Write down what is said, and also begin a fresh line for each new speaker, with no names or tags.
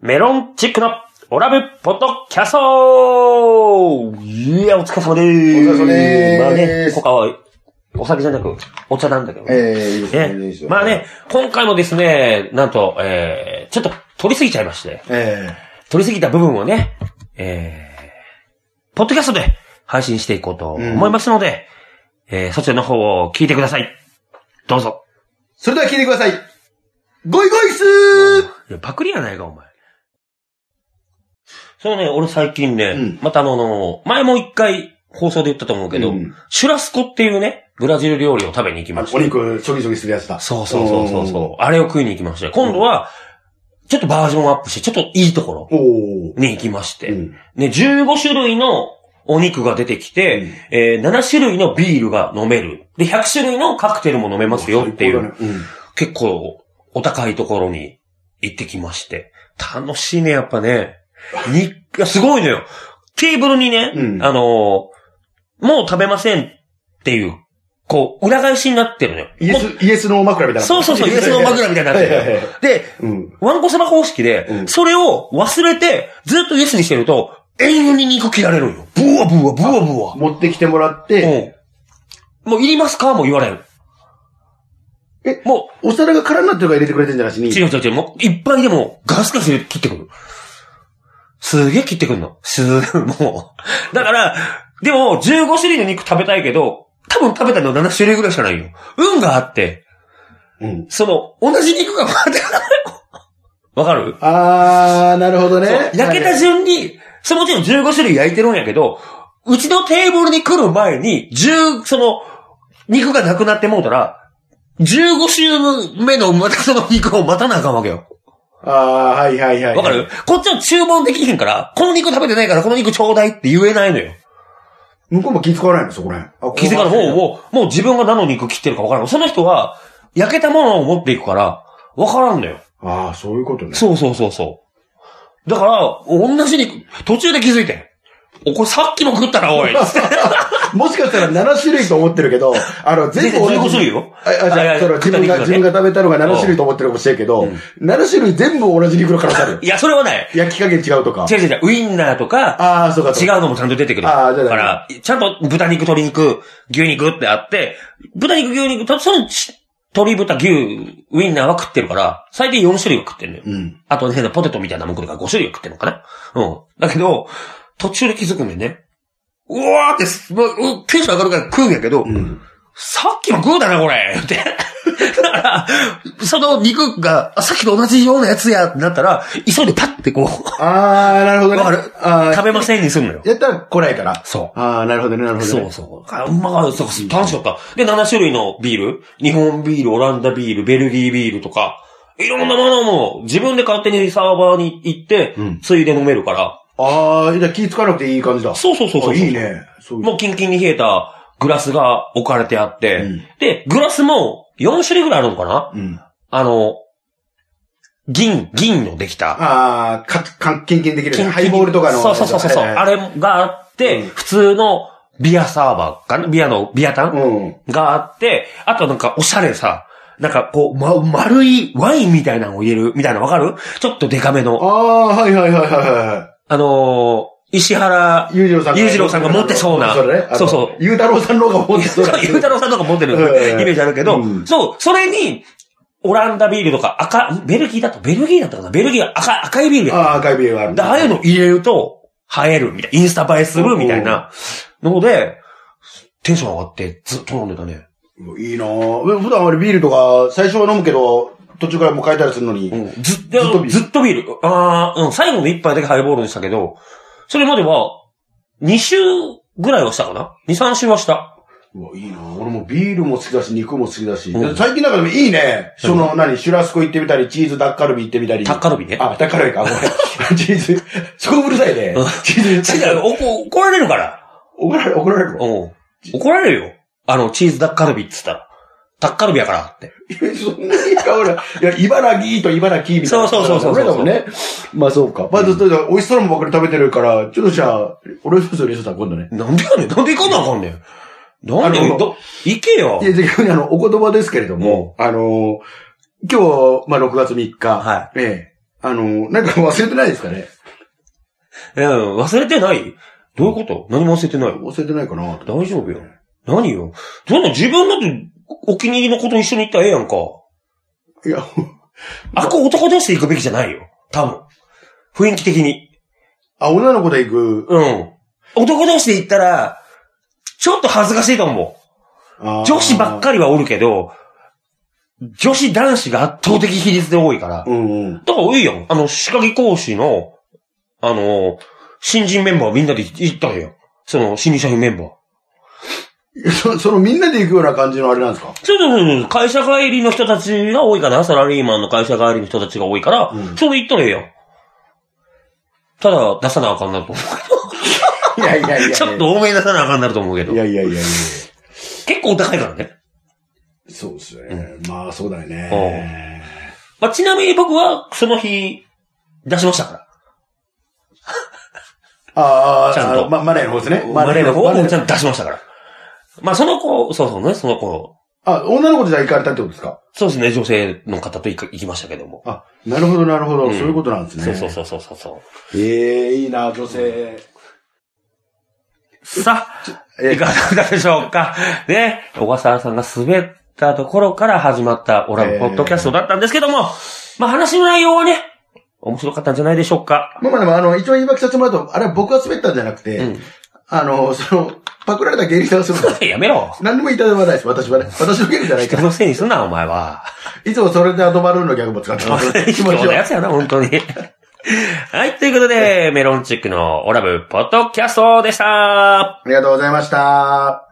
メロンチックのオラブポッドキャストいや、お疲れ様でーす。
お疲れ様でー
まあね、今
す
回はお酒じゃなくお茶なんだけどね。
ええいいですね。いいです
ね
よ
まあね。、今回もですね、なんと、えー、ちょっと取りすぎちゃいまして、
え
取りすぎた部分をね、えー、ポッドキャストで配信していこうと思いますので、えー、そちらの方を聞いてください。どうぞ。
えそれでは聞いてください。ゴイゴイスー
いや、パクリやないか、お前。そのね、俺最近ね、
うん
またあの、前も一回放送で言ったと思うけど、
うん
シュラスコっていうね、ブラジル料理を食べに行きました。
お肉、ちょぎちょぎするやつだ。
そうそうそうそうそう。あれを食いに行きまして、今度は、ちょっとバージョンアップして、ちょっといいところ
おおー。
に行きまして、
うん
ね、15種類のお肉が出てきて、
うん
えー7種類のビールが飲める。で、100種類のカクテルも飲めますよっていう。
最高だね
結構お高いところに行ってきまして。楽しいね、やっぱね。に、いやすごいのよ。テーブルにね、
うん
あのーもう食べませんっていう、こう、裏返しになってるのよ。
うんイエ
も
ス、イエスの枕みたいうな。
そうそうそう、イエスの枕みたいになって
はいは
る
いはい。
で、
うん。
ワンコ様方式で、
うん
それを忘れて、ずっとイエスにしてると、永遠に肉切られるんよ。ブワブワ、ブワブワ。
持ってきてもらって、
うんもういりますかもう言われる。
え
もう、
お皿が空になってるから入れてくれてんじゃなしに。
違う違う違う、もう、いっぱいでも、ガスガス切ってくる。すげえ切ってくるの。すもう。だから、でも、15種類の肉食べたいけど、多分食べたの7種類ぐらいしかないよ。運があって、
うん。
その、同じ肉がまた、わかる
あー、なるほどね。
焼けた順に、そのもちろん15種類焼いてるんやけど、うちのテーブルに来る前に、10、その、肉がなくなってもうたら、15種目のまたその肉を待たなあかんわけよ。
あー、はいはいはい。
わかるこっちは注文できへんから、この肉食べてないからこの肉ちょうだいって言えないのよ。
向こうも気づかないの、そこら辺。あここ
気づかない。もう、もう、もう自分が何の肉切ってるかわからん。その人は、焼けたものを持っていくから、わからんのよ。
あー、そういうことね。
そうそうそうそう。だから、同じ肉、途中で気づいてん。お、これさっきも食ったな、おい。
もしかしたら7種類と思ってるけど、あの、全部同じ。
15種類よ
ああ、じ
あい
ゃ
や
あ、その自分
食
が、
った肉がね
自分が食べたのが7種類と思ってるかもしれんけど、7種類全部同じ肉の形あるよ。
いや、それはない。
焼き加減違うとか
違。う違う違う。ウインナーとか、
ああ、そうか、
違う
そうか。
のもちゃんと出てくる。
あーじゃあ
だから、ちゃんと豚肉、鶏肉、牛肉ってあって、豚肉、牛肉、たそのち鶏、豚、牛、ウインナーは食ってるから、最低4種類は食ってんのよ。
うん。
あとね、変なポテトみたいなもん来るから5種類は食ってんのかなうん。だけど、途中で気づくんだよね。うわーってす、もううテンション上がるから食うんやけど、
うん。
さっきも食うだな、これって。だから、その肉が、あさっきと同じようなやつやってなったら、急いでパッてこう、
ああ、なるほどね。
わかる
ああ、
食べませんにすんの よ。
やったら来ないから。
そう。
ああ、なるほどね、なるほど
そ
ね
う。そう。あまあ、そうそう楽しかった。で、7種類のビール。日本ビール、オランダビール、ベルギービールとか、いろんなものも自分で勝手にサーバーに行って、
うん
ついで飲めるから。
ああ、じゃあ気ぃつかなくていい感じだ。
そうそうそうそう。
あいいね。そういう。
もうキンキンに冷えたグラスが置かれてあって、
うん
で、グラスも4種類ぐらいあるのかな
うん。あ
あの、銀、銀のできた。
あ、か、か、キンキンできるね。ハイボールとかの。
そうそうそうそう。
はい
あ
はい
れがあって、
うん
普通のビアサーバーかなビアの、ビアタン、
うん。
があって、あとなんかおしゃれさ、なんかこう、ま、丸いワインみたいなのを入れる、みたいなのわかるちょっとデカめ
あ
の、
あ、はいはいはいはいはい。
あのー、石原、
裕次郎さんが。
裕次郎さんが持ってそうな
それね。
そうそう
ゆうたろうさんの方が持ってそうな。
ゆうたろうさんとか持ってるイ
うん
メージあるけど、
うん
そう、それに、オランダビールとか赤、ベルギーだと、ベルギーだったかなベルギーは赤、赤いビールや。
ああ、赤いビールがある。
で、ああいうの入れると、映える、みたいな、インスタ映えする、みたいなので、テンション上がってずっと飲んでたね。
いいなぁ。え普段あれビールとか、最初は飲むけど、途中からもう変えたりするのに。
うんずっ
ずっ
と、
とビール
ずっとビール。ああ、うん、最後の一杯だけハイボールにしたけど、それまでは、2週ぐらいはしたかな ?2、3週はした。
うわいいなぁ俺もビールも好きだし、肉も好きだし。
うん
最近なんかでもいいね。その、何、シュラスコ行ってみたり、チーズダッカルビ行ってみたり。
タッカルビね。
あ、タッカルビか。ごめん。 チーズ、そこうるさいね
うん。
チーズ、
違う、おこ 怒られるから。
怒られる、怒られる
う
の。
ん。怒られるよ。あの、チーズダッカルビって言ったら。タッカルビやからって。
いやそんなに変わらない。いや、茨城と茨城みたいな。
そうそうそうそう
俺らもね。まあそうか。まあ、ずっと、美味しそうなもんばっかり食べてるから、ちょっとじゃあ、俺そろそろレストラン今度ね。
なんでやねん。なんで行かなあかんねん。なんで
なるほど
ど、行けよ
い。や、逆にあの、お言葉ですけれども、あのー今日、まあ、6月3日、
は
ええ、あの、なんか忘れてないですかね
え、忘れてないどういうこと何も忘れてない。
忘れてないかなと
大丈夫よ。何よどんな自分だってお気に入りの子と一緒に行ったらええやんか。
いや、
あ、こう男同士で行くべきじゃないよ。多分。雰囲気的に。
あ、女の子で行く。
うん。男同士で行ったら、ちょっと恥ずかしいと思
あ
う。
ー
女子ばっかりはおるけど、女子男子が圧倒的比率で多いから。
うんうん。
だからいいやん。あの、仕掛け講師の、あの、新人メンバーみんなで行ったらええやん。その、新入社員メンバー。
そ そのみんなで行くような感じのあれな んですか
そうそうそうそう。会社帰りの人たちが多いかな。サラリーマンの会社帰りの人たちが多いから、
うん
それ行ったらええやん。ただ、出さなあかんなと思。
いやいやいやいう や。
ちょっと多めに出さなあかんなると思うけど
い。やいやいやいや。
結構お高いからね。
そうですよね。まあ、そうだよね。
まあ、ちなみに僕は、その日、出しましたか
あー
ちゃん
あ
と
の、ま、マネーの方ですね
ら。。マネーの方を
マネ
僕ちゃんと出しましたから。まあ、その子、そうそうね、その子、
あ、女の子でじゃあ行かれたってことですか
そうですね、女性の方と行か行きましたけども。
あ、なるほどなるほど。
うん
そういうことなんですね。
そうそうそうそうそうそ
ええいいな、女性。
う。さあ、
え
いかがだったでしょうか。ね、小笠原さんが滑ったところから始まったオラのポッドキャストだったんですけども、まあ、話の内容はね、面白かったんじゃないでしょうか。
まあまあでも、あの、一応言い訳させてもらうと、あれは僕が滑ったんじゃなくて、
うん。
あの、その、パクられた芸人さんが滑ったんで す。
やめろ。
何でもいただかないです、私は ね。私の芸人じゃない
人
から。
のせいにすんな、お前は。
いつもそれでアドバルーンのギャグも使っ てます。気
今
持
日
ち
の
を。
やつやな、本当に。はい、ということで、メロンチックのオラブポッドキャストでした。
ありがとうございました。